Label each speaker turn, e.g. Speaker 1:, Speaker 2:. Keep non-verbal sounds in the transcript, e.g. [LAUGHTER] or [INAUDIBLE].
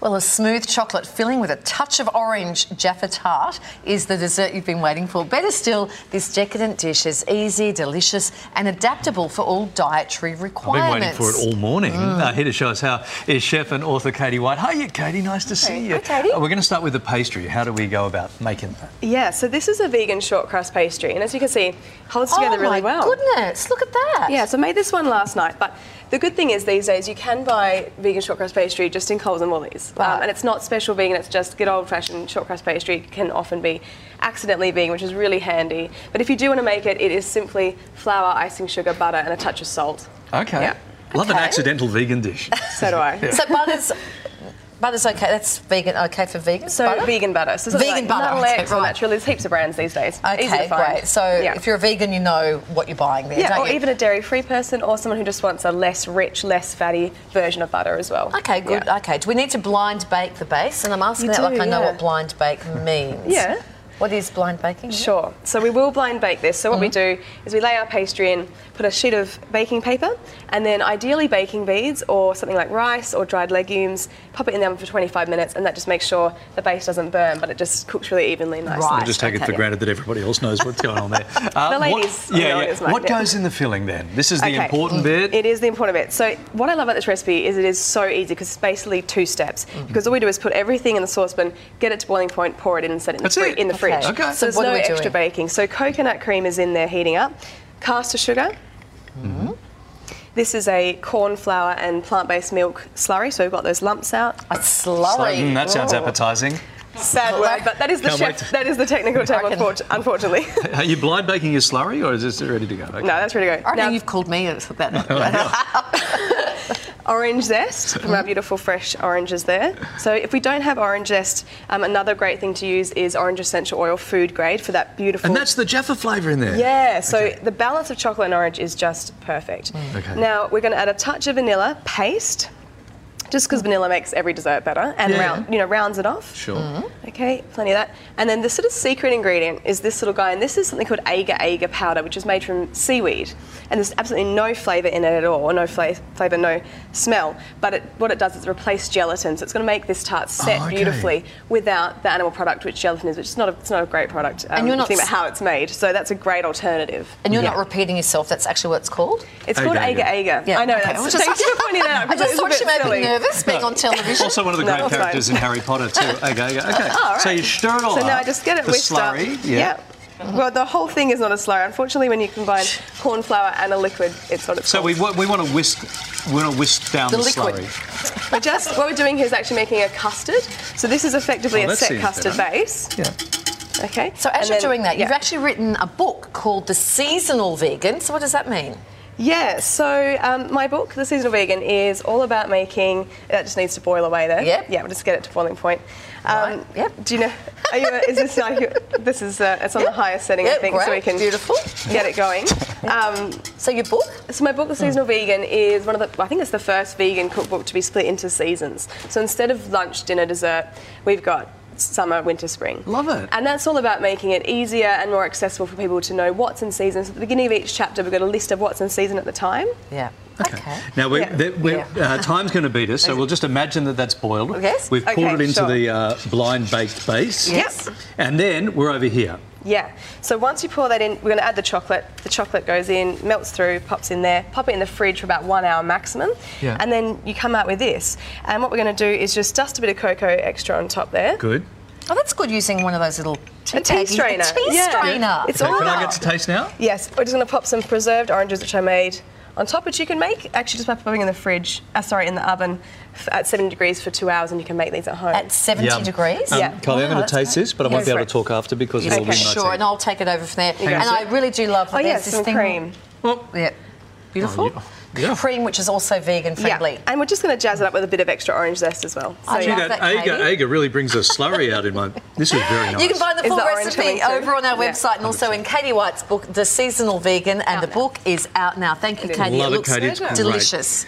Speaker 1: Well, a smooth chocolate filling with a touch of orange Jaffa tart is the dessert you've been waiting for. Better still, this decadent dish is easy, delicious, and adaptable for all dietary requirements.
Speaker 2: I've been waiting for it all morning.
Speaker 3: Mm.
Speaker 2: Uh, here to show us how is chef and author Katie White. Hiya, Katie. Nice to see you.
Speaker 3: Hi, Katie.
Speaker 2: Uh, we're going to start with the pastry. How do we go about making that?
Speaker 3: Yeah, so this is a vegan shortcrust pastry, and as you can see, holds together
Speaker 1: oh,
Speaker 3: really
Speaker 1: my
Speaker 3: well.
Speaker 1: goodness, look at that.
Speaker 3: Yeah, so I made this one last night, but the good thing is these days you can buy vegan shortcrust pastry just in Coles and Woolies.
Speaker 1: Right.
Speaker 3: Um, and it's not special vegan, it's just good old fashioned shortcrust pastry can often be accidentally vegan, which is really handy. But if you do want to make it, it is simply flour, icing sugar, butter, and a touch of salt.
Speaker 2: Okay.
Speaker 3: Yeah.
Speaker 2: Love an
Speaker 1: Okay.
Speaker 2: accidental vegan dish.
Speaker 3: [LAUGHS] So
Speaker 1: [LAUGHS]
Speaker 3: do I.
Speaker 1: So butter's, butter's okay. That's vegan, okay for vegans.
Speaker 3: So
Speaker 1: butter?
Speaker 3: vegan butter. So something
Speaker 1: Vegan
Speaker 3: like
Speaker 1: butter,
Speaker 3: Nuttall
Speaker 1: okay,
Speaker 3: X or
Speaker 1: [LAUGHS] right.
Speaker 3: Natural. There's heaps of brands these days. Easy
Speaker 1: Okay,
Speaker 3: to find.
Speaker 1: great. So
Speaker 3: Yeah.
Speaker 1: if you're a vegan, you know what you're buying there,
Speaker 3: Yeah,
Speaker 1: don't
Speaker 3: or
Speaker 1: you?
Speaker 3: even a dairy-free person, or someone who just wants a less rich, less fatty version of butter as well.
Speaker 1: Okay, good.
Speaker 3: Yeah.
Speaker 1: Okay, do we need to blind bake the base? And I'm asking
Speaker 3: You
Speaker 1: that like
Speaker 3: do,
Speaker 1: I know
Speaker 3: yeah.
Speaker 1: what blind bake means.
Speaker 3: Yeah.
Speaker 1: What is blind baking?
Speaker 3: Sure. So we will blind bake this. So what
Speaker 1: Mm-hmm.
Speaker 3: we do is we lay our pastry in, put a sheet of baking paper, and then ideally baking beads or something like rice or dried legumes. Pop it in the oven for 25 minutes, and that just makes sure the base doesn't burn, but it just cooks really evenly and nicely.
Speaker 1: Right.
Speaker 2: I just take it
Speaker 1: okay.
Speaker 2: for granted that everybody else knows what's going on
Speaker 3: [LAUGHS]
Speaker 2: there. Uh,
Speaker 3: The
Speaker 2: what-
Speaker 3: ladies
Speaker 2: yeah,
Speaker 3: know
Speaker 2: yeah.
Speaker 3: it is, mate,
Speaker 2: What
Speaker 3: yeah.
Speaker 2: goes in the filling then? This is the
Speaker 3: Okay.
Speaker 2: important bit.
Speaker 3: It is the important bit. So what I love about this recipe is it is so easy because it's basically two steps.
Speaker 2: Mm-hmm.
Speaker 3: Because all we do is put everything in the saucepan, get it to boiling point, pour it in, and set it in,
Speaker 2: That's
Speaker 3: the, fri-
Speaker 2: it.
Speaker 3: in the
Speaker 2: Okay.
Speaker 3: fridge.
Speaker 2: Okay.
Speaker 3: So there's
Speaker 1: what are
Speaker 3: no
Speaker 1: we
Speaker 3: extra
Speaker 1: doing?
Speaker 3: baking. So coconut cream is in there heating up, caster sugar.
Speaker 2: Mm-hmm.
Speaker 3: This is a corn flour and plant-based milk slurry, so we've got those lumps out.
Speaker 1: A slurry.
Speaker 2: Mm, that sounds
Speaker 1: Ooh.
Speaker 2: appetising.
Speaker 3: Sad word, but that is the
Speaker 2: Can't wait
Speaker 3: chef,
Speaker 2: to-
Speaker 3: that is the technical term,
Speaker 1: can-
Speaker 3: unfortu- unfortunately. [LAUGHS]
Speaker 2: Are you blind baking your slurry or is this ready to go? Okay.
Speaker 3: no, that's ready to go.
Speaker 1: I
Speaker 3: Now-
Speaker 1: know you've called me
Speaker 2: [LAUGHS]
Speaker 1: that.
Speaker 3: orange zest from our beautiful fresh oranges there. So if we don't have orange zest, um, another great thing to use is orange essential oil food grade for that beautiful.
Speaker 2: And that's the Jaffa flavour in there.
Speaker 3: yeah, so
Speaker 2: Okay. Mm.
Speaker 3: the balance of chocolate and orange is just perfect.
Speaker 2: Okay.
Speaker 3: Now we're going to add a touch of vanilla paste, just because vanilla makes every dessert better and
Speaker 2: Yeah.
Speaker 3: round, you know rounds it off.
Speaker 2: Sure.
Speaker 3: Okay, plenty of that. And then the sort of secret ingredient is this little guy, and this is something called agar agar powder, which is made from seaweed. And there's absolutely no flavour in it at all, no fla- flavour, no smell. But it, what it does is replace gelatin, so it's going to make this tart set
Speaker 2: okay.
Speaker 3: beautifully without the animal product, which gelatin is, which is not a, it's not a great product. Um,
Speaker 1: And you're
Speaker 3: you
Speaker 1: not
Speaker 3: think
Speaker 1: s-
Speaker 3: about how it's made, so that's a great alternative.
Speaker 1: and you're not
Speaker 2: Yeah.
Speaker 1: repeating yourself. That's actually what it's called.
Speaker 3: It's called
Speaker 2: Agar
Speaker 3: agar
Speaker 2: agar.
Speaker 3: agar.
Speaker 1: Yeah,
Speaker 3: I know
Speaker 1: okay. I was just-
Speaker 3: that's. [LAUGHS] Thank you for
Speaker 1: [LAUGHS]
Speaker 3: pointing that out.
Speaker 1: I
Speaker 3: 'cause
Speaker 1: just
Speaker 3: it is a
Speaker 1: thought
Speaker 3: bit
Speaker 1: she made
Speaker 3: silly.
Speaker 1: me nervous being on
Speaker 3: [LAUGHS]
Speaker 1: television.
Speaker 2: Also, one of the
Speaker 3: No,
Speaker 2: great
Speaker 3: it's fine.
Speaker 2: characters in Harry Potter
Speaker 3: [LAUGHS]
Speaker 2: too. Okay, okay, okay.
Speaker 3: all
Speaker 2: So you
Speaker 3: right.
Speaker 2: stir it all
Speaker 3: So
Speaker 2: up.
Speaker 3: now I just get it
Speaker 2: the
Speaker 3: whisked
Speaker 2: slurry,
Speaker 3: up.
Speaker 2: Yeah.
Speaker 3: Well, the whole thing is not a slurry. Unfortunately, when you combine corn flour and a liquid, it's not. It's
Speaker 2: So
Speaker 3: called.
Speaker 2: we, wa- we want to whisk we want to whisk down the,
Speaker 1: The liquid.
Speaker 2: slurry.
Speaker 3: We're just what we're doing here is actually making a custard. So this is effectively
Speaker 2: Oh,
Speaker 3: a
Speaker 2: that
Speaker 3: set
Speaker 2: seems
Speaker 3: custard
Speaker 2: better.
Speaker 3: base.
Speaker 2: Yeah.
Speaker 3: Okay.
Speaker 1: So as
Speaker 3: And
Speaker 1: you're
Speaker 3: then-
Speaker 1: doing that, you've
Speaker 3: yeah.
Speaker 1: actually written a book called The Seasonal Vegan. So what does that mean?
Speaker 3: Yeah, so um, my book, The Seasonal Vegan, is all about making. That just needs to boil away there.
Speaker 1: Yep.
Speaker 3: Yeah, we'll just get it to boiling point. Um,
Speaker 1: Right, yep.
Speaker 3: Do you know? Are you? Is this like? your- This is. Uh, it's on the highest setting, I
Speaker 1: Yep,
Speaker 3: think, so we
Speaker 1: great,
Speaker 3: can
Speaker 1: beautiful.
Speaker 3: get it going. Um,
Speaker 1: So your book?
Speaker 3: So my book, The
Speaker 2: Oh.
Speaker 3: Seasonal Vegan, is one of the. I think it's the first vegan cookbook to be split into seasons. So instead of lunch, dinner, dessert, we've got summer, winter, spring.
Speaker 2: Love it.
Speaker 3: And that's all about making it easier and more accessible for people to know what's in season. So at the beginning of each chapter, we've got a list of what's in season at the time.
Speaker 1: Yeah.
Speaker 2: Okay. Now we're,
Speaker 3: Yeah.
Speaker 2: the- we're, Uh, time's going to beat us, so we'll just imagine that that's boiled.
Speaker 1: Yes.
Speaker 2: We've poured
Speaker 3: Okay,
Speaker 2: it into
Speaker 3: sure.
Speaker 2: the uh, blind baked base.
Speaker 1: Yes.
Speaker 2: And then we're over here.
Speaker 3: Yeah. So once you pour that in, we're going to add the chocolate. The chocolate goes in, melts through, pops in there. Pop it in the fridge for about one hour maximum.
Speaker 2: Yeah.
Speaker 3: And then you come out with this. And what we're going to do is just dust a bit of cocoa extra on top there.
Speaker 2: Good.
Speaker 1: Oh, that's good using one of those little tea
Speaker 3: A tea
Speaker 1: baggies.
Speaker 3: strainer.
Speaker 1: A tea
Speaker 3: Yeah.
Speaker 1: strainer.
Speaker 3: It's
Speaker 2: Okay,
Speaker 3: all
Speaker 2: can I
Speaker 3: about.
Speaker 2: get to taste now?
Speaker 3: Yes, we're just going to pop some preserved oranges, which I made on top, which you can make actually just by popping in the fridge. Uh, sorry, in the oven f- at 70 degrees for two hours, and you can make these at home.
Speaker 1: At 70
Speaker 2: Yum.
Speaker 1: degrees?
Speaker 2: Um,
Speaker 3: Yeah. Oh,
Speaker 2: Kylie, I'm
Speaker 1: Wow,
Speaker 2: going
Speaker 1: that's
Speaker 2: to taste this, but I
Speaker 3: Go
Speaker 2: won't be
Speaker 3: for
Speaker 2: able
Speaker 3: it.
Speaker 2: to talk after because it will
Speaker 1: Okay,
Speaker 2: be
Speaker 1: sure,
Speaker 2: my
Speaker 1: and I'll take it over from there.
Speaker 2: you
Speaker 1: And
Speaker 2: go.
Speaker 1: I really do love that
Speaker 3: oh
Speaker 1: there's
Speaker 3: yes,
Speaker 1: this
Speaker 3: some
Speaker 1: thing.
Speaker 3: cream.
Speaker 2: Well,
Speaker 1: Yeah. Beautiful.
Speaker 2: Oh, yeah. Yeah.
Speaker 1: Cream, which is also vegan friendly.
Speaker 3: Yeah, and we're just going to jazz it up with a bit of extra orange zest as well. So
Speaker 1: I
Speaker 2: Gee,
Speaker 1: love
Speaker 2: that,
Speaker 1: that,
Speaker 2: agar
Speaker 1: Katie.
Speaker 2: agar really brings a slurry out in my. This is very nice.
Speaker 1: You can find the
Speaker 3: Is
Speaker 1: full
Speaker 3: the orange
Speaker 1: recipe
Speaker 3: coming through?
Speaker 1: over on our
Speaker 3: Yeah.
Speaker 1: website and also in Katie White's book, The Seasonal Vegan, and the
Speaker 3: now.
Speaker 1: book is out now. Thank you,
Speaker 3: It is.
Speaker 1: Katie.
Speaker 2: Love it,
Speaker 1: looks
Speaker 2: Katie. It's great.
Speaker 1: delicious.